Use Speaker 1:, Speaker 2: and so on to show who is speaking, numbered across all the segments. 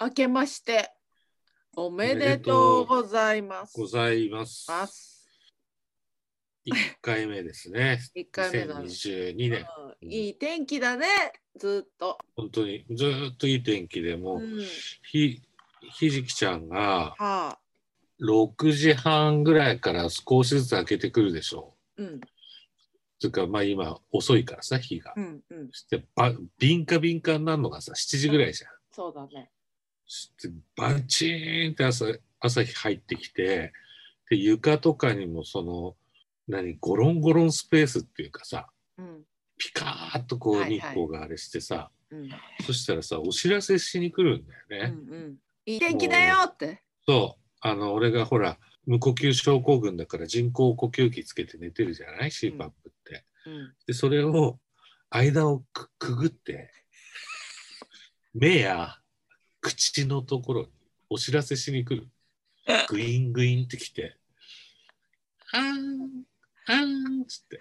Speaker 1: 明けましておめでとうございます。
Speaker 2: ございます。
Speaker 1: ます
Speaker 2: 一回目ですね。
Speaker 1: 一回目だね、
Speaker 2: 2022年。
Speaker 1: うんいい天気だね、ずっと。
Speaker 2: 本当にずーっといい天気で
Speaker 1: う
Speaker 2: もう、
Speaker 1: ん、
Speaker 2: ひひじきちゃんが
Speaker 1: はあ、
Speaker 2: 6時半ぐらいから少しずつ開けてくるでしょ
Speaker 1: うん、
Speaker 2: う。つうかまあ今遅いからさ日が。
Speaker 1: うん、うん、
Speaker 2: してば敏感敏感なのがさ7時ぐらいじゃん。
Speaker 1: そうだね。
Speaker 2: してバチーンって朝朝日入ってきてで床とかにもその何ゴロンゴロンスペースっていうかさ
Speaker 1: うん、
Speaker 2: ピカーッとこ
Speaker 1: は
Speaker 2: う
Speaker 1: いはい
Speaker 2: 日光があれしてさ、
Speaker 1: うん、
Speaker 2: そしたらさお知らせしに来るんだよ
Speaker 1: う
Speaker 2: ね。
Speaker 1: ん、うん。いい天気だよって。
Speaker 2: そうあの俺がほら無呼吸症候群だから人工呼吸器つけて寝てるじゃない CPAP って。
Speaker 1: うん、
Speaker 2: でそれを間をくくぐって目や口のところにお知らせしに来るグイングインってきて「あんあん」っつって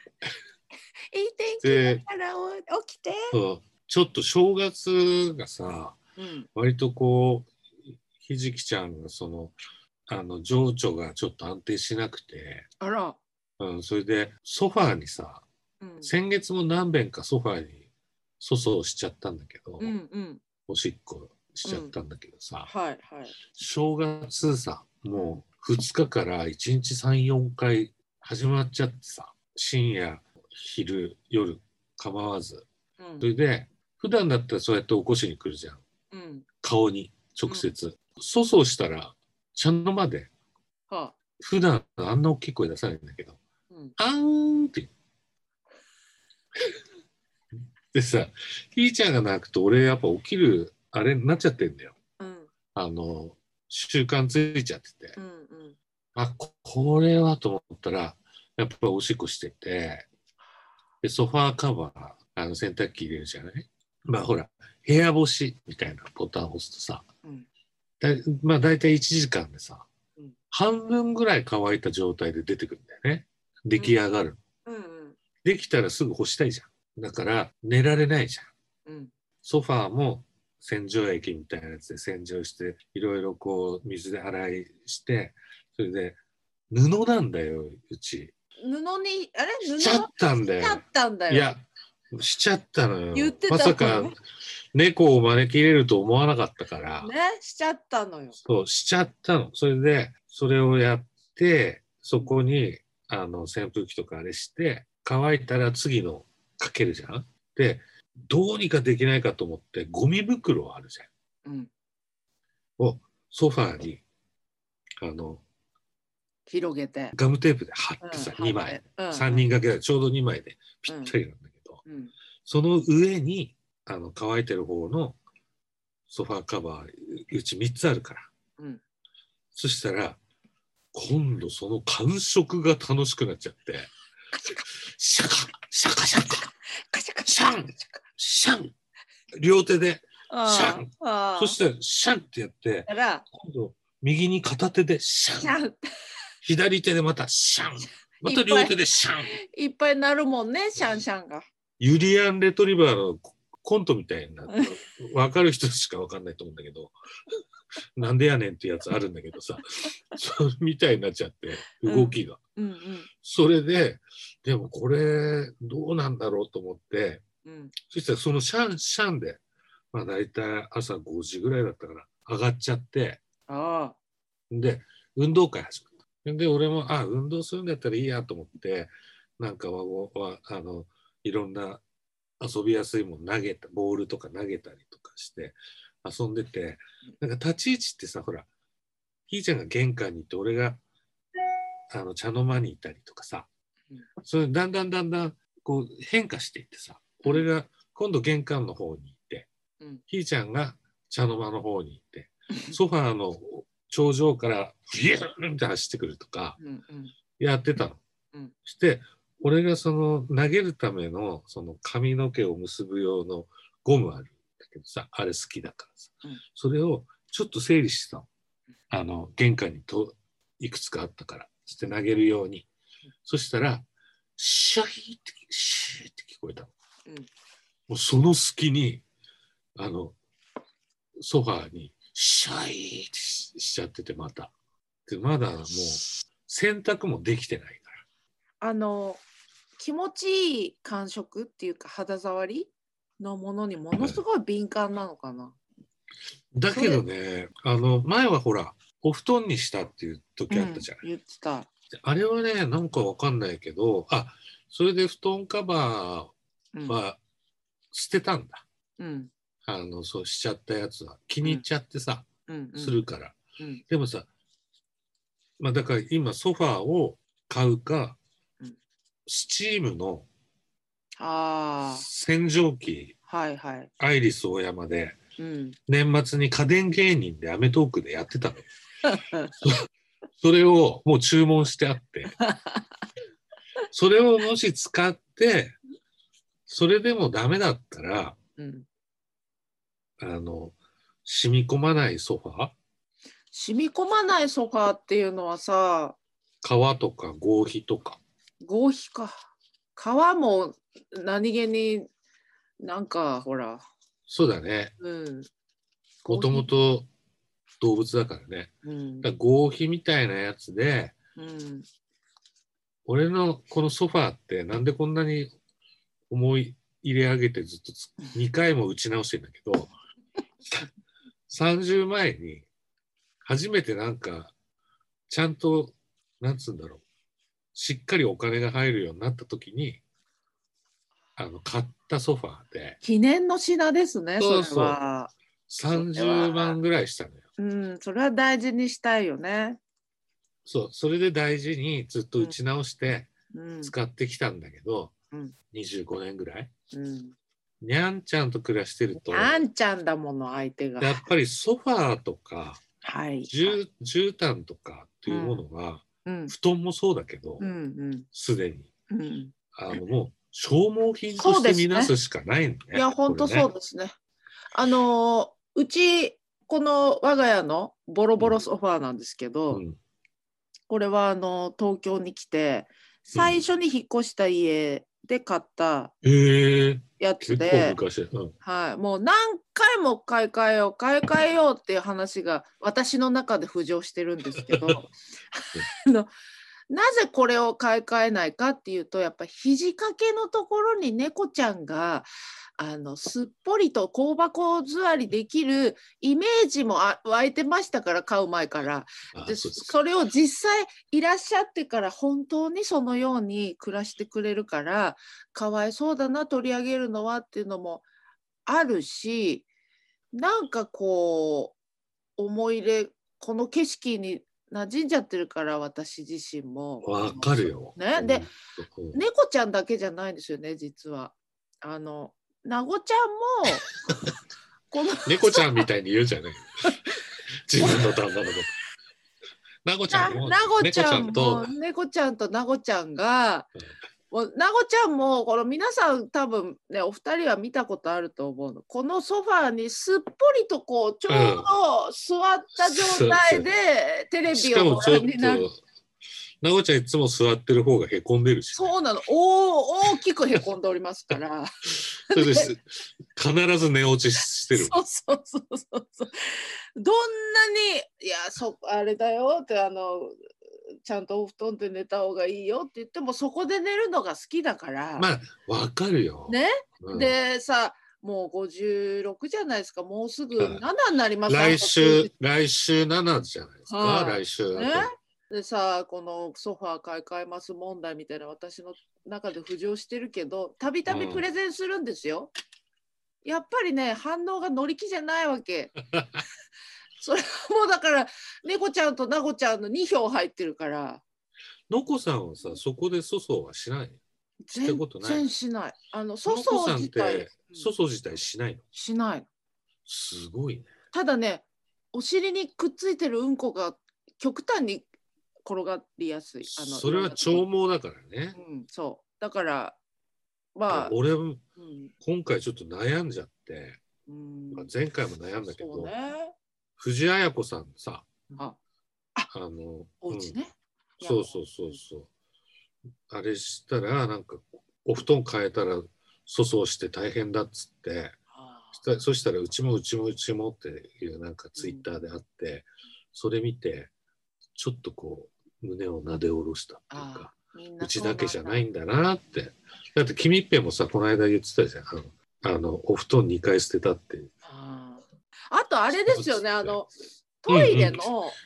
Speaker 1: いい天気だからお起きて。
Speaker 2: そうちょっと正月がさ
Speaker 1: うん、
Speaker 2: 割とこうひじきちゃんがそのあの情緒がちょっと安定しなくて、
Speaker 1: あら、
Speaker 2: うん、それでソファーにさ
Speaker 1: うん、
Speaker 2: 先月も何遍かソファーに粗相しちゃったんだけど、
Speaker 1: うん、うん、
Speaker 2: おしっこしちゃったんだけどさ、
Speaker 1: はい、はい。
Speaker 2: 正月さもう2日から1日34回始まっちゃってさ深夜昼夜構わず
Speaker 1: う
Speaker 2: それ
Speaker 1: ん、
Speaker 2: で普段だったらそうやって起こしに来るじゃん
Speaker 1: うん、
Speaker 2: 顔に直接、粗相したら茶の間で
Speaker 1: はあ、
Speaker 2: 普段あんな大きい声出さないんだけど
Speaker 1: うん
Speaker 2: 「あーん」って言う でさひーちゃんが泣くと俺やっぱ起きるあれになっちゃってんだよ
Speaker 1: うん、
Speaker 2: あの習慣ついちゃってて、
Speaker 1: うん、うん。
Speaker 2: あここれはと思ったらやっぱおしっこしててでソファーカバーあの洗濯機入れるじゃないまあほら部屋干しみたいなボタンを押すとさ
Speaker 1: うん
Speaker 2: だいまあ大体1時間でさ、
Speaker 1: うん
Speaker 2: 半分ぐらい乾いた状態で出てくるんだよね出来上がる、
Speaker 1: うんうん
Speaker 2: できたらすぐ干したいじゃんだから寝られないじゃん
Speaker 1: うん
Speaker 2: ソファーも洗浄液みたいなやつで洗浄していろいろこう水で洗いしてそれで布なんだようち
Speaker 1: 布にあれ布
Speaker 2: しちゃったんだよ
Speaker 1: だったんだよ。
Speaker 2: いやしちゃったのよ
Speaker 1: 言ってた
Speaker 2: ま
Speaker 1: のね
Speaker 2: さか猫を招き入れると思わなかったから、
Speaker 1: ねしちゃったのよ。
Speaker 2: そうしちゃったのそれでそれをやってそこにあの扇風機とかあれして乾いたら次のかけるじゃんでどうにかできないかと思ってゴミ袋あるじゃん
Speaker 1: うん、
Speaker 2: をソファーにあの
Speaker 1: 広げて。
Speaker 2: ガムテープで貼ってさ、
Speaker 1: うん
Speaker 2: 2枚、。
Speaker 1: 三
Speaker 2: 3人掛けでちょうど2枚でぴったりなんだけど、
Speaker 1: うん
Speaker 2: その上にあの乾いてる方のソファーカバーうち3つあるから、
Speaker 1: うん
Speaker 2: そしたら今度その感触が楽しくなっちゃってシャカシャカシャカ
Speaker 1: カシャカ
Speaker 2: シャンシャン両手でシャン
Speaker 1: ああ。
Speaker 2: そしてシャンってやって
Speaker 1: たら
Speaker 2: 今度右に片手でシ
Speaker 1: シ
Speaker 2: ャン
Speaker 1: ャン
Speaker 2: 左手でまたシャンまた両手でシャン
Speaker 1: いっぱいなるもんねシャンシャンが。
Speaker 2: ユリアン・レトリバーのココントみたいになって分かる人しか分かんないと思うんだけど なんでやねんってやつあるんだけどさ そうみたいになっちゃって動きが、
Speaker 1: うん
Speaker 2: それででもこれどうなんだろうと思って
Speaker 1: うんうん
Speaker 2: そしたらそのシャンシャンで、まあ、大体朝5時ぐらいだったから上がっちゃって、
Speaker 1: ああ
Speaker 2: で、運動会始まった。で、俺も、あ、運動するんだったらいいやと思って、なんかは、わあの、いろんな遊びやすいもの投げた、ボールとか投げたりとかして、遊んでて、なんか立ち位置ってさ、ほら、ひーちゃんが玄関に行って、俺が、あの、茶の間にいたりとかさ
Speaker 1: うん、
Speaker 2: それだんだんだんだん、こう、変化していってさ、俺が今度玄関の方に行って、
Speaker 1: うん
Speaker 2: ひーちゃんが茶の間の方に行って、ソファーの頂上からビューンって走ってくるとか
Speaker 1: うんうん
Speaker 2: やってたの。
Speaker 1: うん
Speaker 2: して俺がその投げるためのその髪の毛を結ぶ用のゴムあるんだけどさあれ好きだからさ、
Speaker 1: うん
Speaker 2: それをちょっと整理してたのあの玄関にといくつかあったからそして投げるように、そしたらシャヒーってシューって聞こえたの、
Speaker 1: うん
Speaker 2: もうその隙にあのソファーにシャイってししちゃってて、また。で、まだもう、洗濯もできてないから。
Speaker 1: あの気持ちいい感触っていうか肌触りのものにものすごい敏感なのかな。
Speaker 2: だけどね、あの、前はほら、お布団にしたっていう時あったじゃない。
Speaker 1: うん言ってた。
Speaker 2: あれはね、なんかわかんないけど、あ、それで布団カバ
Speaker 1: う
Speaker 2: ー
Speaker 1: ん。
Speaker 2: は捨てたんだ。
Speaker 1: うん。
Speaker 2: あの、そうしちゃったやつは。気に入っちゃってさ、
Speaker 1: うん。うん
Speaker 2: するから。
Speaker 1: うん。
Speaker 2: でもさ、まあだから今ソファーを買うか
Speaker 1: うん、
Speaker 2: スチームの
Speaker 1: あ
Speaker 2: 洗浄機、
Speaker 1: あ、はいはい。
Speaker 2: アイリス大山で、
Speaker 1: うん。
Speaker 2: 年末に家電芸人でアメトークでやってたの。それをもう注文してあって。それをもし使って、それでもダメだったら、
Speaker 1: うん。
Speaker 2: あの、染み込まないソファー
Speaker 1: 染み込まないソファーっていうのはさ、
Speaker 2: 革とか合皮とか。
Speaker 1: 合皮か。皮も何気になんかほら、
Speaker 2: そうだね。
Speaker 1: うん。
Speaker 2: もともと動物だからね。
Speaker 1: うん。
Speaker 2: だから合皮みたいなやつで、
Speaker 1: うん。
Speaker 2: 俺のこのソファーってなんでこんなに思い入れ上げてずっとつ2回も打ち直してんだけど、30前に初めてなんか、ちゃんと、なんつうんだろう、しっかりお金が入るようになった時に、あの、買ったソファーで
Speaker 1: 記念の品ですね、それ
Speaker 2: そ
Speaker 1: は。
Speaker 2: うそう30万ぐらいしたのよ。
Speaker 1: うん、それは大事にしたいよね。
Speaker 2: そう、それで大事にずっと打ち直して
Speaker 1: うん。
Speaker 2: 使ってきたんだけど、
Speaker 1: うん
Speaker 2: 25年ぐらい。
Speaker 1: うん、
Speaker 2: にゃんちゃんと暮らしてると、
Speaker 1: あんちゃんだもの、相手 が。
Speaker 2: やっぱりソファーとか
Speaker 1: はい。
Speaker 2: 絨絨毯とかっていうものは、
Speaker 1: うん。
Speaker 2: 布団もそうだけど
Speaker 1: うん。うん。
Speaker 2: すで、に
Speaker 1: うん。
Speaker 2: あのもう消耗品として見なすしかないんだね。
Speaker 1: いや、本当そう
Speaker 2: こ
Speaker 1: ですね。あのーうち、この我が家のボロボロソファーなんですけ
Speaker 2: れ
Speaker 1: ど、
Speaker 2: ねうん
Speaker 1: これはあの東京に来て、最初に引っ越した家で買った
Speaker 2: へえ
Speaker 1: やつ
Speaker 2: 結
Speaker 1: で、
Speaker 2: 構昔、うん
Speaker 1: はい、もう何回も買い替えよう買い替えようっていう話が私の中で浮上してるんですけど あのなぜこれを買い替えないかっていうとやっぱ肘掛けのところに猫ちゃんがあのすっぽりと香箱座りできるイメージもあ湧いてましたから買う前から
Speaker 2: あ
Speaker 1: で
Speaker 2: そう
Speaker 1: そ
Speaker 2: です
Speaker 1: れを実際いらっしゃってから本当にそのように暮らしてくれるからかわいそうだな取り上げるのはっていうのもあるしなんかこう思い入れこの景色に馴染んじゃってるから私自身も。
Speaker 2: わかるよ。
Speaker 1: ねで
Speaker 2: うん、うん
Speaker 1: 猫ちゃんだけじゃないんですよね実は。あのなごちゃんもこ の
Speaker 2: 猫ちゃんみたいに言うじゃない。 自分の旦那のこと。なごちゃ
Speaker 1: なん
Speaker 2: も
Speaker 1: なごちゃん
Speaker 2: 猫
Speaker 1: も
Speaker 2: と
Speaker 1: 猫ちゃんとなごちゃんが
Speaker 2: うん、
Speaker 1: もうなごちゃんもこの皆さん多分ねお二人は見たことあると思うのこのソファーにすっぽりとこうちょうど座った状態でテレ
Speaker 2: し
Speaker 1: ビ
Speaker 2: か
Speaker 1: を
Speaker 2: も
Speaker 1: ご
Speaker 2: ちょっ
Speaker 1: 覧
Speaker 2: と
Speaker 1: になる。
Speaker 2: なごちゃんいつも座ってる方がへこんでるし、
Speaker 1: そうなのお大きくへこんでおりますから。
Speaker 2: それでし必ず寝落ちしてる。
Speaker 1: そうそうそうそうそう。どんなに「いやそあれだよ」ってあのちゃんとお布団で寝た方がいいよって言ってもそこで寝るのが好きだから、
Speaker 2: まあわかるよ。
Speaker 1: ね
Speaker 2: うん
Speaker 1: でさもう56じゃないですかもうすぐ
Speaker 2: はい
Speaker 1: 7になりますあと
Speaker 2: 来
Speaker 1: 数日
Speaker 2: 週来週7じゃないですか。
Speaker 1: はい
Speaker 2: 来週だと
Speaker 1: ねでさこのソファー買い替えます問題みたいな私の中で浮上してるけどたびたび
Speaker 2: うん
Speaker 1: プレゼンするんですよ。やっぱりね反応が乗り気じゃないわ け。それはもうだから猫ちゃんとなごちゃんの2票入ってるから
Speaker 2: のこさんはさそこで粗相はしない。した
Speaker 1: 全
Speaker 2: ことない
Speaker 1: 然しない。あの粗
Speaker 2: のこ
Speaker 1: 相
Speaker 2: さんっ
Speaker 1: 自
Speaker 2: て
Speaker 1: 体
Speaker 2: 粗相自体しないの。
Speaker 1: しない。
Speaker 2: すごいね。
Speaker 1: ただねお尻にくっついてるうんこが極端に転がりやすい。あの
Speaker 2: それは長毛だからね。
Speaker 1: うん、そうだからまあ、
Speaker 2: 俺
Speaker 1: うん
Speaker 2: 今回ちょっと悩んじゃって、
Speaker 1: うん
Speaker 2: まあ、前回も悩んだけど、
Speaker 1: そうね
Speaker 2: 藤あや子さんさ
Speaker 1: あ
Speaker 2: あの
Speaker 1: お家ね、
Speaker 2: うんそうそうそうそうあれしたらなんかお布団変えたら粗相して大変だっつって
Speaker 1: あ
Speaker 2: したそしたらうちもうちもうちもっていうなんかツイッターであって、それ見てちょっとこう胸をなで下ろしたっていうか
Speaker 1: ああ、みん
Speaker 2: う
Speaker 1: な
Speaker 2: ち
Speaker 1: そうな
Speaker 2: だ
Speaker 1: ん
Speaker 2: けじゃないんだなってだって君っぺもさこの間言ってたじゃんあのあのお布団2回捨てたって
Speaker 1: あああとあれですよね、
Speaker 2: そう
Speaker 1: あ
Speaker 2: ですね
Speaker 1: の、トイレの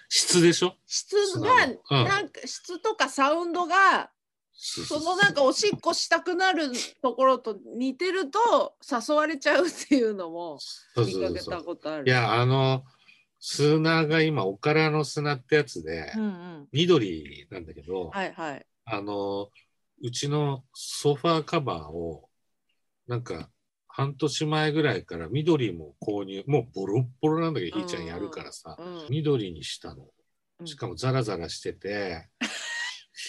Speaker 2: 質でしょ
Speaker 1: 質が、
Speaker 2: うん
Speaker 1: なんか質とかサウンドが、そのなんかおしっこしたくなるところと似てると誘われちゃうっていうのも
Speaker 2: そう
Speaker 1: 見
Speaker 2: そう
Speaker 1: か
Speaker 2: そう
Speaker 1: け
Speaker 2: そ
Speaker 1: た
Speaker 2: う
Speaker 1: ことある。
Speaker 2: いやあの砂が今おからの砂ってやつで、
Speaker 1: うんうん。
Speaker 2: 緑なんだけど、
Speaker 1: はいはい。
Speaker 2: あの、うちのソファーカバーを、なんか、半年前ぐらいから緑も購入、もうボロッボロなんだけ
Speaker 1: う
Speaker 2: ど、
Speaker 1: ん
Speaker 2: ひーちゃんやるからさ、
Speaker 1: うん、
Speaker 2: 緑にしたの。
Speaker 1: うん
Speaker 2: しかもザラザラして て、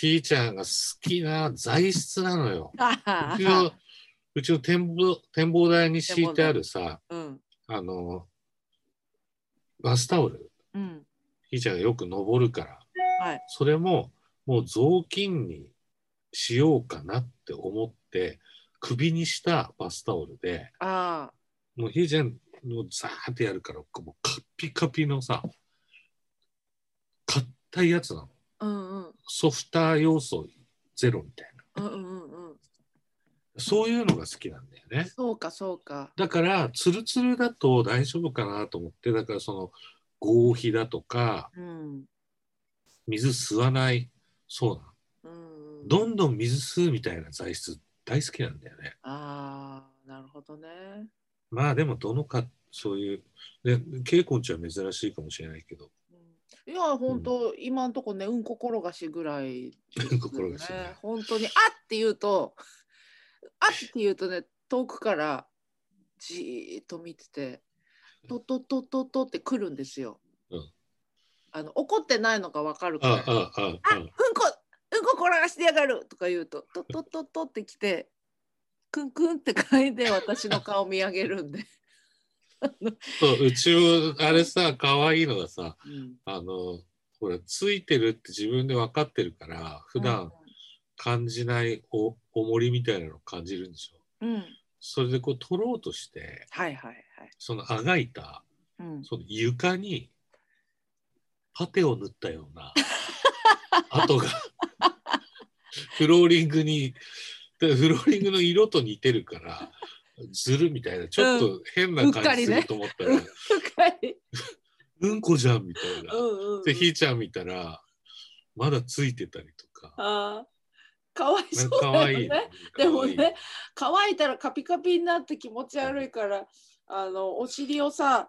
Speaker 2: ひーちゃんが好きな材質なのよ。
Speaker 1: ああ
Speaker 2: うちの、うちの展望展望台に敷いてあるさ、
Speaker 1: うん
Speaker 2: あの、バスタオル、
Speaker 1: うん。
Speaker 2: ひーちゃんがよく登るから、
Speaker 1: はい。
Speaker 2: それももう雑巾にしようかなって思って首にしたバスタオルで
Speaker 1: あ
Speaker 2: もうひーちゃんもうザーってやるからもうカッピカピのさ硬いやつなの
Speaker 1: あ。うんうん。
Speaker 2: ソフター要素ゼロみたい
Speaker 1: う
Speaker 2: な
Speaker 1: んうんうんうん。
Speaker 2: そういうのが好きなんだよね
Speaker 1: そうかそうか。
Speaker 2: だからツルツルだと大丈夫かなと思ってだからその合皮だとか
Speaker 1: うん。
Speaker 2: 水吸わないそうな
Speaker 1: う
Speaker 2: の
Speaker 1: んうん。
Speaker 2: どんどん水吸うみたいな材質大好きなんだよね
Speaker 1: ああ、なるほどね。
Speaker 2: まあでもどのかそういう、ね、ケイコンちゃんは珍しいかもしれないけど、
Speaker 1: うんいや本当、今んとこねうんこ転がしぐらいです
Speaker 2: うんこ転がしね
Speaker 1: 本当にあって言うとあって言うとね遠くからじーっと見ててトトトトトって来るんですよ、
Speaker 2: うん
Speaker 1: あの怒ってないのがわかるから
Speaker 2: ああああ
Speaker 1: あうんこうんこ転がしてやがるとか言うとトトトトって来てクンクンって嗅いで私の顔見上げるんで、
Speaker 2: そううちもあれさ可愛いのがさ
Speaker 1: うん
Speaker 2: あのほらついてるって自分で分かってるから普段感じないお重りみたいなの感じるんでしょ
Speaker 1: うん
Speaker 2: それでこう取ろうとして
Speaker 1: はいはいはい、
Speaker 2: そのあがいた
Speaker 1: うん、
Speaker 2: その床にパテを塗ったような 跡がフローリングにでフローリングの色と似てるからずるみたいなちょっと変な
Speaker 1: うっか
Speaker 2: 感じ
Speaker 1: り
Speaker 2: す
Speaker 1: ね
Speaker 2: ると思ったら、うん
Speaker 1: 深い。
Speaker 2: こじゃんみたいな。
Speaker 1: うんうん。
Speaker 2: でひーちゃん見たらまだついてたりとか。
Speaker 1: ああ。かわい
Speaker 2: なん
Speaker 1: そ
Speaker 2: か
Speaker 1: う
Speaker 2: 可
Speaker 1: だ
Speaker 2: 愛い
Speaker 1: よ
Speaker 2: の
Speaker 1: ね。でも
Speaker 2: 可愛い
Speaker 1: ね、乾いたらカピカピになって気持ち悪いから、あのお尻をさ。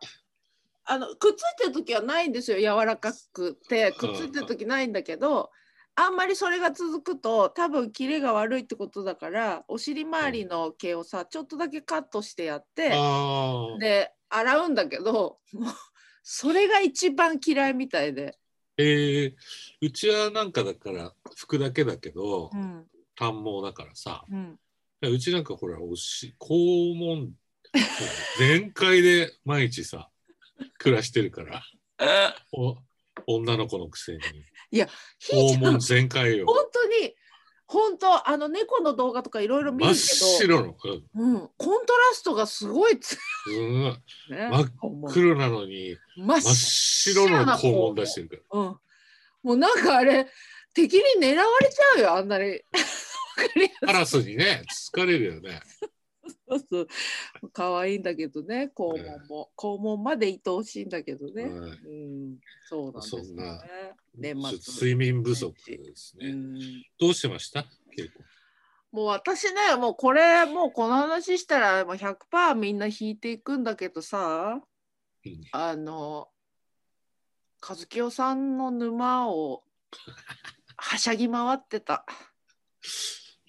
Speaker 1: あのくっついてる時はないんですよ。柔らかくて、くっついてる時ないんだけど。あんまりそれが続くと多分キレが悪いってことだからお尻周りの毛をさちょっとだけカットしてやって、
Speaker 2: あー
Speaker 1: で洗うんだけどもうそれが一番嫌いみたいで、
Speaker 2: えーうちはなんかだから服だけだけど
Speaker 1: うん
Speaker 2: 短毛だからさ、
Speaker 1: うん、
Speaker 2: うちなんかほら、おし、肛門、全開で毎日さ、暮らしてるから、お女の子のくせに、
Speaker 1: ひーち
Speaker 2: 肛
Speaker 1: ゃん
Speaker 2: 門全開よ。
Speaker 1: 本当に本当あの猫の動画とかいろいろ見
Speaker 2: 真
Speaker 1: る
Speaker 2: っ
Speaker 1: け
Speaker 2: 白の、うん
Speaker 1: ど、うん、コントラストがすごい強
Speaker 2: うん、
Speaker 1: いね。
Speaker 2: 真っ
Speaker 1: もう
Speaker 2: 黒なのに、
Speaker 1: 真っ
Speaker 2: 真っ
Speaker 1: 白
Speaker 2: 白の肛門出してるから。
Speaker 1: うん、もうなんかあれ敵に狙われちゃうよあんなに。 わかりや
Speaker 2: カラスにね、疲れるよね。
Speaker 1: すそうそう可愛いんだけどね肛門も、肛門まで愛おしいんだけどね。うん
Speaker 2: はい
Speaker 1: そうなんです
Speaker 2: そ
Speaker 1: よ
Speaker 2: ん
Speaker 1: ね
Speaker 2: な。
Speaker 1: 年
Speaker 2: ちょっと
Speaker 1: 末、
Speaker 2: 睡眠不足です
Speaker 1: う
Speaker 2: ね。
Speaker 1: ん。
Speaker 2: どうしてました結構。
Speaker 1: もう私ねもうこれもうこの話したらもう100%みんな引いていくんだけどさ。
Speaker 2: うん
Speaker 1: あの和清さんの沼をはしゃぎ回ってた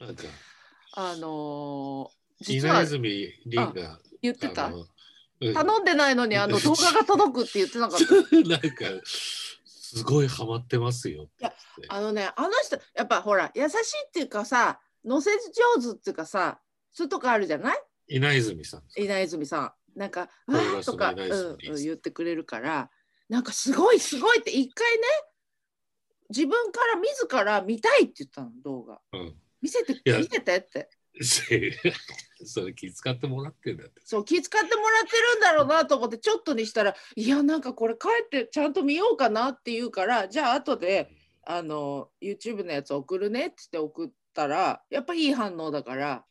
Speaker 2: なんか、
Speaker 1: あのー実
Speaker 2: 稲
Speaker 1: は
Speaker 2: 泉凛が、
Speaker 1: 言ってた
Speaker 2: のうん
Speaker 1: 頼んでないのにあの動画が届くって言ってなかった
Speaker 2: なんかすごいハマってますよって言って
Speaker 1: あのねあの人やっぱほら優しいっていうかさ乗せ上手っていうかさそういうとこあるじゃない
Speaker 2: 稲泉さん
Speaker 1: 稲泉さんなんか「
Speaker 2: 声出
Speaker 1: わ」
Speaker 2: す
Speaker 1: と
Speaker 2: の
Speaker 1: か、う
Speaker 2: 稲泉
Speaker 1: ん
Speaker 2: です
Speaker 1: うん言ってくれるからなんかすごいすごいって一回ね自分から自ら見たいって言ったの動画
Speaker 2: うん
Speaker 1: 見せて
Speaker 2: いや
Speaker 1: 見せてって
Speaker 2: せそれ気遣ってもらってんだって。
Speaker 1: そう気遣ってもらってるんだろうなと思ってちょっとにしたらいやなんかこれ帰ってちゃんと見ようかなって言うからじゃあ後であの YouTube のやつ送るねっつって送ったらやっぱいい反応だから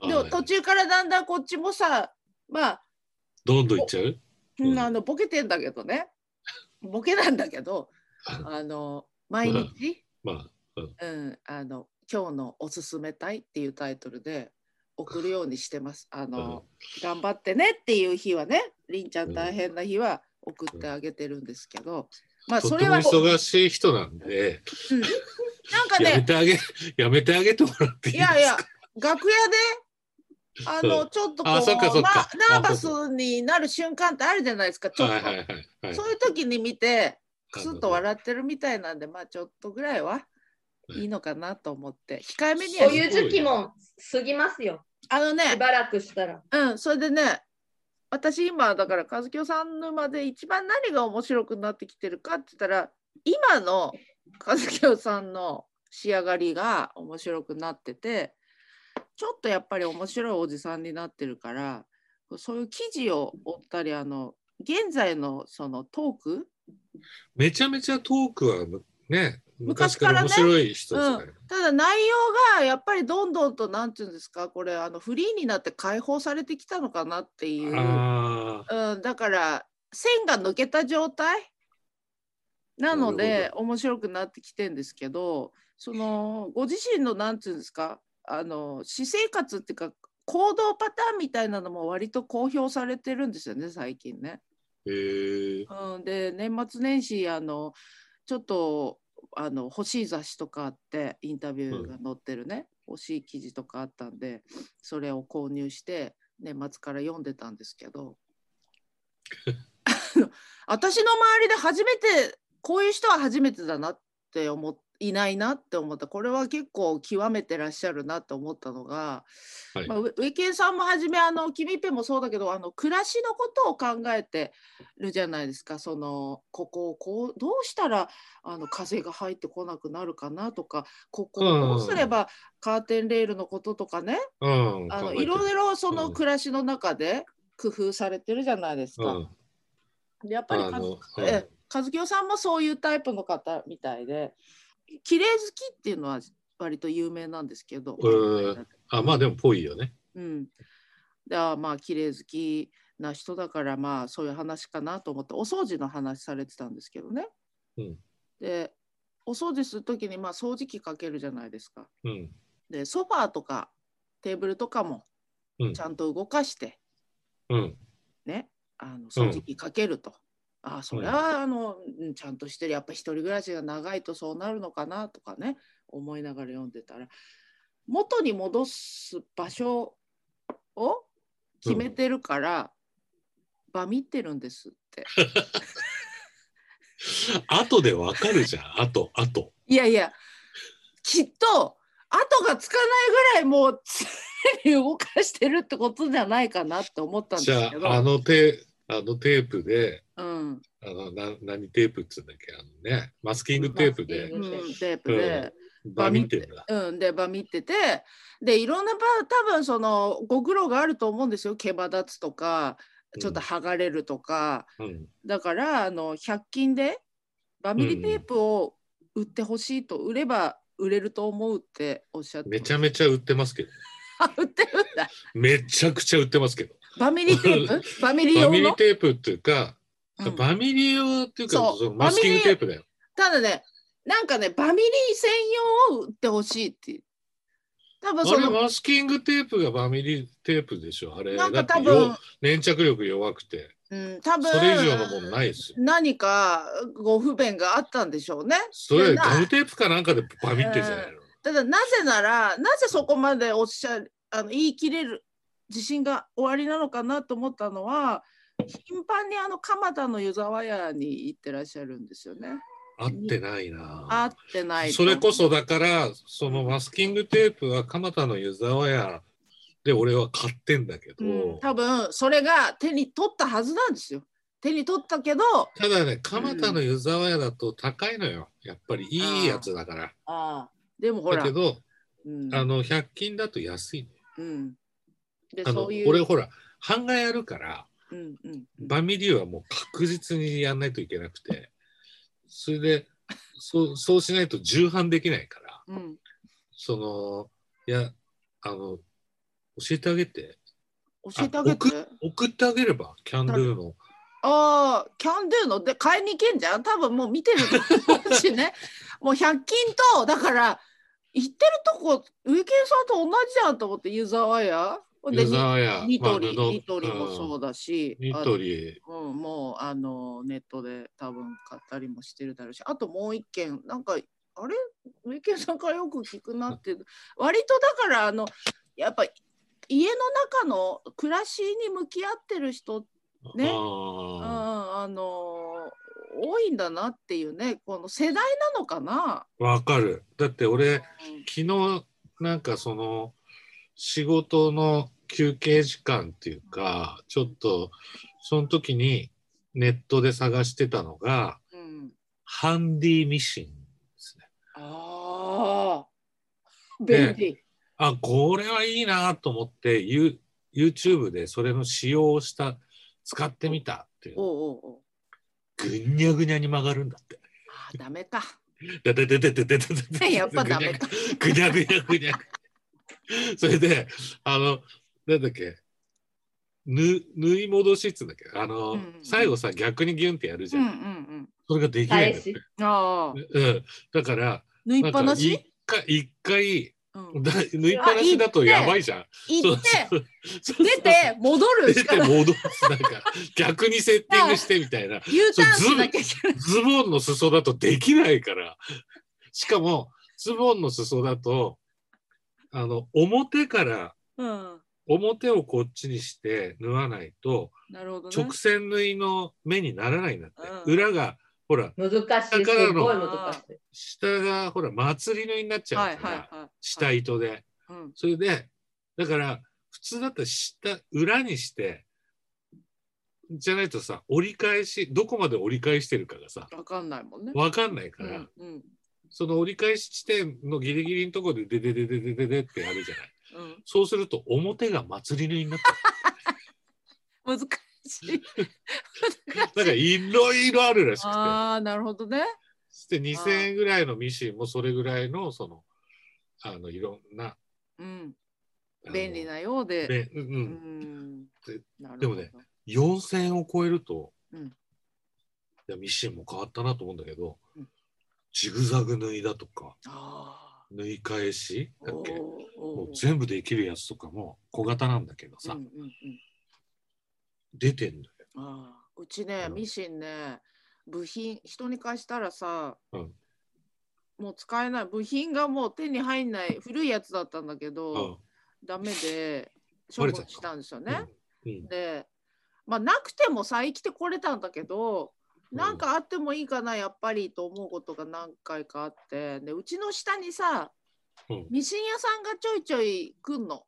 Speaker 1: でも
Speaker 2: あ
Speaker 1: 途中からだんだんこっちもさまあ
Speaker 2: どんどんいっちゃううん
Speaker 1: あのボケてんだけどねボケなんだけど あの毎日、
Speaker 2: まあ、
Speaker 1: うん、あの今日のおすすめたいっていうタイトルで送るようにしてます。あの、頑張ってねっていう日はね、りんちゃん大変な日は送ってあげてるんですけど、まあ
Speaker 2: と
Speaker 1: そ
Speaker 2: て
Speaker 1: れ
Speaker 2: も
Speaker 1: はうんなん
Speaker 2: 忙しい人なんで、
Speaker 1: か
Speaker 2: やめ
Speaker 1: ね、
Speaker 2: てあげ、 やめてあげてもらっていい
Speaker 1: い
Speaker 2: ですか
Speaker 1: やいや楽屋で。あの
Speaker 2: うん
Speaker 1: ちょっとこう
Speaker 2: あそっかそっか
Speaker 1: なナー
Speaker 2: あ
Speaker 1: バ
Speaker 2: そ
Speaker 1: スになる瞬間ってあるじゃないですかちょっと、
Speaker 2: はいはいはいはい。
Speaker 1: そういう時に見てクスッと笑ってるみたいなんでまあちょっとぐらいはいいのかなと思って控えめには
Speaker 2: や
Speaker 1: ね
Speaker 3: そういう時期も過ぎますよ。
Speaker 1: あのね
Speaker 3: しばらくしたら。
Speaker 1: うん、それでね、私今だから和清さん沼で一番何が面白くなってきてるかって言ったら今の和清さんの仕上がりが面白くなっててちょっとやっぱり面白いおじさんになってるからそういう記事を追ったりあの現在のそのトーク
Speaker 2: めちゃめちゃトークはね、
Speaker 1: 昔
Speaker 2: 昔
Speaker 1: か
Speaker 2: からら
Speaker 1: ね
Speaker 2: 面白い人ですね。
Speaker 1: ただ内容がやっぱりどんどんと何て言うんですかこれあのフリーになって解放されてきたのかなっていう。
Speaker 2: あ
Speaker 1: うん、だから線が抜けた状態なの
Speaker 2: なる
Speaker 1: で面白くなってきてんですけどそのご自身のなんていうんですかあの私生活っていうか行動パターンみたいなのも割と公表されてるんですよね最近ね。
Speaker 2: ーへえ
Speaker 1: うん、で年末年始あのちょっとあの欲しい雑誌とかあってインタビューが載ってるね、欲しい記事とかあったんでそれを購入して年末から読んでたんですけ どあの私の周りで初めてこういう人は初めてだなって思っいないなって思ったこれは結構極めてらっしゃるなって思ったのが、
Speaker 2: はい
Speaker 1: まあ、ウェウェケンさんもはじめあのキミペもそうだけどあの暮らしのことを考えてるじゃないですかそのここをこうどうしたらあの風が入ってこなくなるかなとかここをどうすればカーテンレールのこととかね、
Speaker 2: うん。
Speaker 1: あ
Speaker 2: 考
Speaker 1: の
Speaker 2: えて
Speaker 1: い
Speaker 2: る
Speaker 1: ろいろその
Speaker 2: うん
Speaker 1: 暮らしの中で工夫されてるじゃないです
Speaker 2: う
Speaker 1: か。
Speaker 2: ん。
Speaker 1: でやっぱり
Speaker 2: あ
Speaker 1: かず
Speaker 2: の、うん
Speaker 1: ええ和清さんもそういうタイプの方みたいで綺麗好きっていうのは割と有名なんですけど、
Speaker 2: うんあ、まあでもぽいよね。
Speaker 1: うん、であまあ綺麗好きな人だからまあそういう話かなと思ってお掃除の話されてたんですけどね、
Speaker 2: うん
Speaker 1: でお掃除する時にまあ掃除機かけるじゃないですか
Speaker 2: うん。
Speaker 1: でソファーとかテーブルとかも
Speaker 2: うん
Speaker 1: ち。ゃんと動かして、
Speaker 2: うん。
Speaker 1: ね、あの掃除機かけると。ああそれはあのうんちゃんとしてるやっぱ一人暮らしが長いとそうなるのかなとかね思いながら読んでたら元に戻す場所を決めてるから、バミってるんですって
Speaker 2: 後でわかるじゃん。後、後。
Speaker 1: いやいやきっと後がつかないぐらいもう常に動かしてるってことじゃないかなって思ったん
Speaker 2: じ
Speaker 1: で
Speaker 2: ゃ
Speaker 1: すけど
Speaker 2: あ、あのテあのテープで、
Speaker 1: うん、
Speaker 2: あのな何テープっつうんだっけあのね、マスキングテープで
Speaker 3: う
Speaker 1: うんん、テープで。
Speaker 2: うんバミってんだ。
Speaker 1: うん、でバミっててでいろんなば多分そのご苦労があると思うんですよ毛羽立つとかちょっと剥がれるとか、
Speaker 2: うん。
Speaker 1: だからあの100均でバミリテープを売ってほしいと、売れば売れると思うっておっしゃって
Speaker 2: めちゃめちゃ売ってますけど。
Speaker 1: あ売ってるんだ
Speaker 2: めちゃくちゃ売ってますけど。
Speaker 1: バミリテー プバミリ
Speaker 2: バ
Speaker 1: 用
Speaker 2: ミリ
Speaker 1: の、
Speaker 2: テープっていうか、
Speaker 1: うん
Speaker 2: バミリ用っていうか、
Speaker 1: そう
Speaker 2: そのマスキングテープだよ。
Speaker 1: ただねなんかねバミリ専用を売ってほしいっていう多分
Speaker 2: あ
Speaker 1: そ
Speaker 2: れ
Speaker 1: の
Speaker 2: マスキングテープがバミリテープでしょあれ
Speaker 1: なんか
Speaker 2: だっ
Speaker 1: 多
Speaker 2: て
Speaker 1: 分
Speaker 2: よ、粘着力弱くて
Speaker 1: うん、多分
Speaker 2: それ以上のもんないですよ
Speaker 1: 何かご不便があったんでしょうね。
Speaker 2: それガムテープかなんかでバミってんじゃないの、
Speaker 1: ただなぜならなぜそこまでおっしゃるあの言い切れる自信が終わりなのかなと思ったのは頻繁にあの蒲田の湯沢屋に行ってらっしゃるんですよね。
Speaker 2: 合ってないな
Speaker 1: 合ってないと
Speaker 2: それこそだからそのマスキングテープは蒲田の湯沢屋で俺は買ってんだけど、
Speaker 1: うん、多分それが手に取ったはずなんですよ。手に取ったけど
Speaker 2: ただね蒲田の湯沢屋だと高いのよやっぱりいいやつだから
Speaker 1: ああでもほ
Speaker 2: だ
Speaker 1: ら
Speaker 2: けど
Speaker 1: うん
Speaker 2: あの100均だと安いのよ
Speaker 1: うん、で
Speaker 2: あの
Speaker 1: そういう
Speaker 2: 俺ほら版画やるから
Speaker 1: うんうんうん
Speaker 2: バンミリューはもう確実にやんないといけなくてそれでそうそうしないと重版できないから
Speaker 1: うん、
Speaker 2: そのいやあの教えてあげて
Speaker 1: 教えてあげて
Speaker 2: 僕送ってあげればキャンドゥの
Speaker 1: ああキャンドゥので買いに行けんじゃん多分もう見てると思うし ねもう100均とだから行ってるとこウィケンさんと同じじゃんと思って湯沢屋ほんで
Speaker 2: 湯沢や
Speaker 1: ニト
Speaker 2: ま
Speaker 1: リ
Speaker 2: あ布
Speaker 1: ニトリもそうだし、
Speaker 2: うんニ
Speaker 1: あ
Speaker 2: トリ
Speaker 1: うん、もうあのネットで多分買ったりもしてるだろうしあともう一件なんかあれウィケンさんからよく聞くなって割とだからあのやっぱ家の中の暮らしに向き合ってる人ってねうん
Speaker 2: あ
Speaker 1: あのー多いんだなっていうねこの世代なのかな。
Speaker 2: ーわかるだって俺
Speaker 1: うん
Speaker 2: 昨日なんかその仕事の休憩時間っていうかちょっとその時にネットで探してたのが
Speaker 1: うん、
Speaker 2: ハンディミシンですね。
Speaker 1: ああ便利。
Speaker 2: あこれはいいなと思ってユ YouTube でそれの使用をした使ってみたっていう
Speaker 1: おうおうおう
Speaker 2: ぐにゃぐにゃに曲がるんだって。
Speaker 1: あーダメか。
Speaker 2: ででででででででで
Speaker 1: やっぱダメ か。
Speaker 2: ぐにゃぐにゃぐにゃ。それで、あの、なんだっけ、ぬ縫い戻しっつうんだっけ、あの、
Speaker 1: うん
Speaker 2: 最後さ、逆にギュンってやるじ
Speaker 1: う
Speaker 2: ゃ。
Speaker 1: んうんん
Speaker 2: それができない
Speaker 3: 返
Speaker 2: んだよ
Speaker 3: し。
Speaker 1: うん。ああ
Speaker 2: うん、だから、
Speaker 1: 縫いっぱな
Speaker 2: な
Speaker 1: ん
Speaker 2: か一
Speaker 1: し。
Speaker 2: 回、一回、
Speaker 1: うん
Speaker 2: だ縫いっぱなしだとやばいじゃん。
Speaker 1: 行って
Speaker 2: そうそうそう
Speaker 1: 出 て戻る
Speaker 2: 出
Speaker 1: しか
Speaker 2: て
Speaker 1: ない。
Speaker 2: 戻す、なんか、逆にセッティングしてみたいな。
Speaker 1: U ターン
Speaker 2: そう
Speaker 1: しなきゃいけない。
Speaker 2: ズボンの裾だとできないから。しかも、ズボンの裾だと、あの、表から、
Speaker 1: うん。
Speaker 2: 表をこっちにして縫わないと、
Speaker 1: なるほどね。
Speaker 2: 直線縫いの目にならないんだって。
Speaker 1: うん
Speaker 2: 裏が、ほら、
Speaker 3: 難しい。す
Speaker 2: からの
Speaker 3: ごい難しい。
Speaker 2: 下が、ほら、祭り縫いになっち
Speaker 1: は
Speaker 2: ゃう
Speaker 1: い
Speaker 2: から、
Speaker 1: はいはい。
Speaker 2: 下糸で。
Speaker 1: うん。
Speaker 2: それで、だから、普通だったら下、裏にして、じゃないとさ、折り返し、どこまで折り返してるかがさ、
Speaker 1: わかんないもんね。
Speaker 2: わかんないから、
Speaker 1: うんうん
Speaker 2: その折り返し地点のギリギリのところでデデデデデデデってやるじゃない。
Speaker 1: うん。
Speaker 2: そうすると表が祭り縫いになって
Speaker 1: 難し い。
Speaker 2: なんかいろいろあるらしくて。
Speaker 1: ああなるほどね。
Speaker 2: そして2000円ぐらいのミシンもそれぐらいのそのあのいろんな
Speaker 1: うん。
Speaker 2: あの
Speaker 1: 便利なようで。
Speaker 2: べうんう、
Speaker 1: うんん
Speaker 2: で
Speaker 1: なるほど
Speaker 2: でもね。4000円を超えると、
Speaker 1: うん
Speaker 2: いやミシンも変わったなと思うんだけど、
Speaker 1: うん
Speaker 2: ジグザグ縫いだとか
Speaker 1: あ
Speaker 2: 縫い返し
Speaker 1: あ。
Speaker 2: だっけも
Speaker 1: も
Speaker 2: う全部できるやつとかも小型なんだけどさ、
Speaker 1: うんうんうん、
Speaker 2: 出てんのよ。
Speaker 1: ああうちね、
Speaker 2: うん
Speaker 1: ミシンね部品人に貸したらさ、
Speaker 2: うん
Speaker 1: もう使えない部品がもう手に入んない古いやつだったんだけど、
Speaker 2: うん
Speaker 1: ダメで処
Speaker 2: バレ
Speaker 1: 分
Speaker 2: ちゃった
Speaker 1: したんですよね。
Speaker 2: うんうん
Speaker 1: でまあなくてもさ生きてこれたんだけど
Speaker 2: うん
Speaker 1: なんかあってもいいかなやっぱりと思うことが何回かあってでうちの下にさ
Speaker 2: うん
Speaker 1: ミシン屋さんがちょいちょい来んの。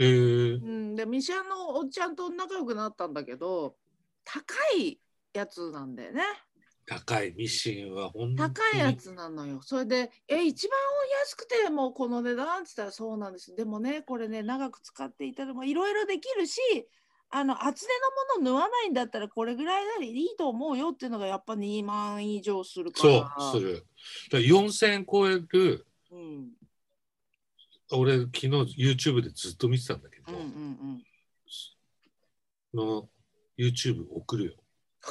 Speaker 2: へー
Speaker 1: うん、でミシン屋のおっちゃんと仲良くなったんだけど高いやつなんだよね
Speaker 2: 高いミシンは本当に
Speaker 1: 高いやつなのよ。それで「え一番安くてもうこの値段?」っつったら「そうなんですでもねこれね長く使っていただもいろいろできるしあの厚手のもの縫わないんだったらこれぐらいなりでいいと思うよ」っていうのがやっぱ2万以上するか
Speaker 2: そ
Speaker 1: ら。
Speaker 2: うするだから4000円超える
Speaker 1: うん
Speaker 2: 俺昨日 YouTube でずっと見てたんだけ
Speaker 1: う
Speaker 2: ど、
Speaker 1: んうんうん、
Speaker 2: の YouTube 送るよ。
Speaker 1: あ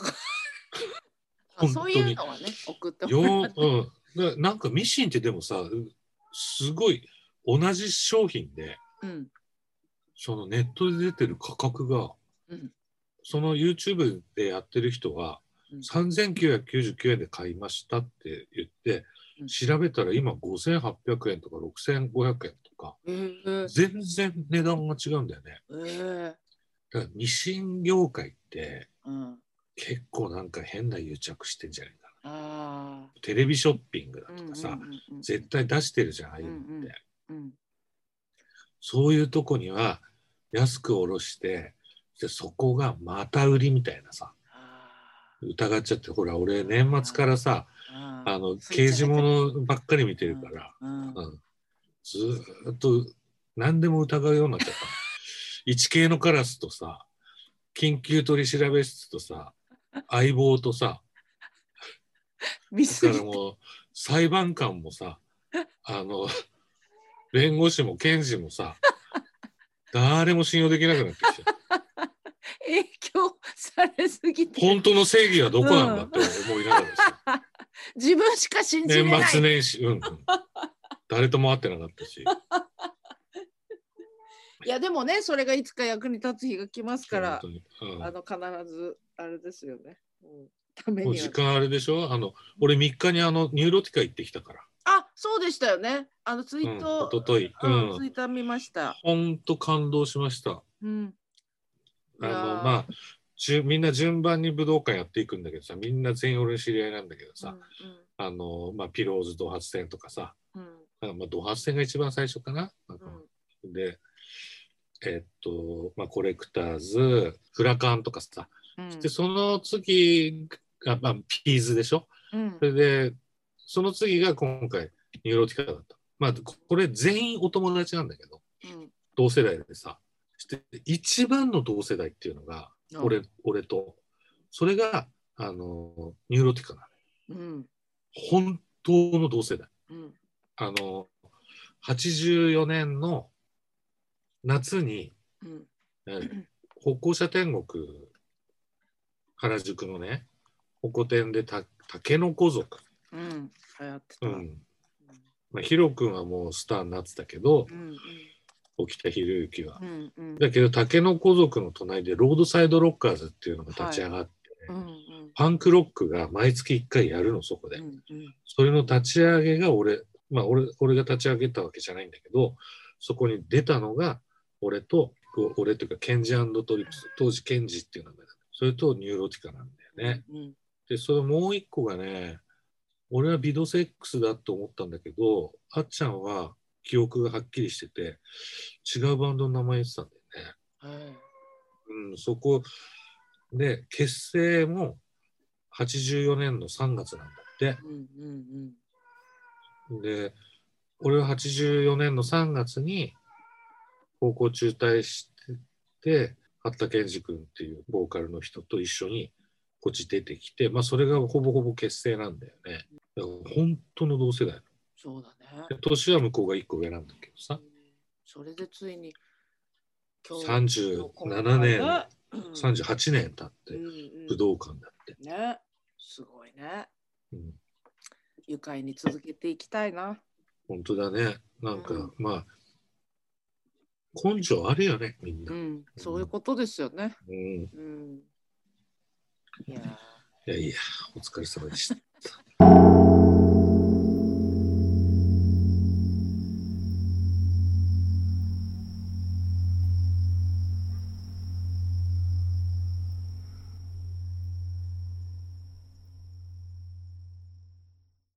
Speaker 2: 本当
Speaker 1: そう
Speaker 2: に
Speaker 1: いうのはね送 っても
Speaker 2: ようんな、なんかミシンってでもさうすごい同じ商品で
Speaker 1: うん
Speaker 2: そのネットで出てる価格が、
Speaker 1: うん
Speaker 2: その YouTube でやってる人は、
Speaker 1: うん
Speaker 2: 3999円で買いましたって言って、
Speaker 1: うん
Speaker 2: 調べたら今5800円とか6500円とか
Speaker 1: えー、
Speaker 2: 全然値段が違うんだよね。
Speaker 1: えー
Speaker 2: だからミシン業界って
Speaker 1: うん
Speaker 2: 結構なんか変な癒着してんじゃないかな。
Speaker 1: あ
Speaker 2: テレビショッピングだ
Speaker 1: あ、
Speaker 2: とかさ、
Speaker 1: うんうんうんうん
Speaker 2: 絶対出してるじゃん、ああいうのって。
Speaker 1: うんうん
Speaker 2: そういうとこには安く下ろして、でそこがまた売りみたいなさ、
Speaker 1: あ
Speaker 2: 疑っちゃって、ほら、俺年末からさ、
Speaker 1: ー
Speaker 2: あの、
Speaker 1: そう言
Speaker 2: 刑
Speaker 1: っち
Speaker 2: 事
Speaker 1: ゃいけない
Speaker 2: 物ばっかり見てるから、
Speaker 1: うん
Speaker 2: うんずーっと何でも疑うようになっちゃった。 一系のカラスとさ緊急取調べ室とさ相棒とさ
Speaker 1: 見
Speaker 2: だ
Speaker 1: す
Speaker 2: か
Speaker 1: ぎ
Speaker 2: らもう裁判官もさあ の弁護士も検事もさ誰も信用できなくなってきて
Speaker 1: 影響されすぎて
Speaker 2: 本当の正義はどこなんだって思いながらで すよ
Speaker 1: 自分しか信じれない
Speaker 2: 年末年始、うんうん、誰とも会ってなかったし
Speaker 1: いやでもねそれがいつか役に立つ日が来ますから
Speaker 2: 本当にうん
Speaker 1: あの必ずあれですよね、うん、ため
Speaker 2: もう
Speaker 1: には
Speaker 2: 時間あれでしょあの俺3日にあのニューロティカ行ってきたから、
Speaker 1: あそうでしたよねあのツイ
Speaker 2: うん、
Speaker 1: ート、
Speaker 2: 一昨日
Speaker 1: う
Speaker 2: うんん
Speaker 1: ツイッター見ました。
Speaker 2: ほんと感動しました
Speaker 1: うん。
Speaker 2: あの
Speaker 1: いやー
Speaker 2: まあじゅみんな順番に武道館やっていくんだけどさみんな全員俺の知り合いなんだけどさ、あのまあ、ピローズド発戦とかさ
Speaker 1: うんうん
Speaker 2: あまあ、ド発戦が一番最初かな、
Speaker 1: う
Speaker 2: でえっと、まあ、コレクターズフラカンとかさ、
Speaker 1: んうん
Speaker 2: でその次が、まあ、ピーズでしょ
Speaker 1: うん
Speaker 2: それで、その次が今回、ニューロティカだった。まあ、ここれ全員お友達なんだけど、
Speaker 1: うん
Speaker 2: 同世代でさ、して一番の同世代っていうのが、俺、俺と、それが、あの、ニューロティカなの。
Speaker 1: うん
Speaker 2: 本当の同世代。
Speaker 1: うん
Speaker 2: あの、84年の夏に、
Speaker 1: うん
Speaker 2: えー歩行者天国、原宿のね、歩行天でた、タケノコ族。
Speaker 1: うん流行ってた。
Speaker 2: う
Speaker 1: うん
Speaker 2: ん。まあ、ヒロ君はもうスターになってたけど、
Speaker 1: うん
Speaker 2: 沖田博之は
Speaker 1: う。んうん
Speaker 2: だけど、竹の子族の隣でロードサイドロッカーズっていうのが立ち上がって、
Speaker 1: うんうん
Speaker 2: パンクロックが毎月1回やるの、そこで。
Speaker 1: うんうん
Speaker 2: それの立ち上げが俺、まあ俺、俺が立ち上げたわけじゃないんだけど、そこに出たのが、俺と、こう俺っていうか、ケンジトリプス、当時ケンジっていう名前だった。それとニューロティカなんだよね。
Speaker 1: うん
Speaker 2: で、それもう一個がね、俺はビドセックスだと思ったんだけど、あっちゃんは記憶がはっきりしてて、違うバンドの名前言ってたんだよね。
Speaker 1: はい
Speaker 2: うん、そこで、結成も84年の3月なんだって。
Speaker 1: うんうん
Speaker 2: で、俺は84年の3月に高校中退してて、八田健二君っていうボーカルの人と一緒にこっち出てきて、まあそれがほぼほぼ結成なんだよね。だから本当の同世代。
Speaker 1: そうだね
Speaker 2: で。年は向こうが1個上なんだけどさ、
Speaker 1: それでついに
Speaker 2: 37年、
Speaker 1: 38
Speaker 2: 38年経って武道館だって。
Speaker 1: ねすごいね。
Speaker 2: うん
Speaker 1: 愉快に続けていきたいな。
Speaker 2: 本当だね。なんか、
Speaker 1: うん
Speaker 2: まあ、根性あるよね、みんな。
Speaker 1: う
Speaker 2: うん
Speaker 1: ん、そういうことですよね。
Speaker 2: い
Speaker 1: うん。いやー
Speaker 2: やいや、お疲れ様でした。